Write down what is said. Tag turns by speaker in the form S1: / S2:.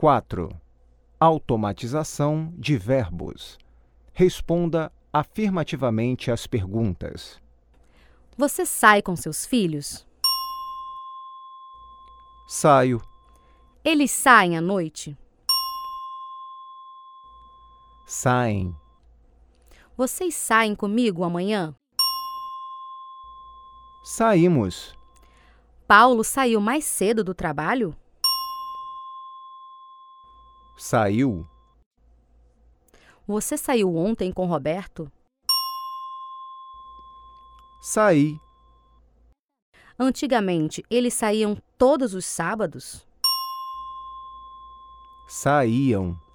S1: 4. Automatização de verbos. Responda afirmativamente às perguntas.
S2: Você sai com seus filhos?
S1: Saio.
S2: Eles saem à noite?
S1: Saem.
S2: Vocês saem comigo amanhã?
S1: Saímos.
S2: Paulo saiu mais cedo do trabalho?
S1: Saiu.
S2: Você saiu ontem com Roberto?
S1: Saí.
S2: Antigamente, eles saíam todos os sábados?
S1: Saíam.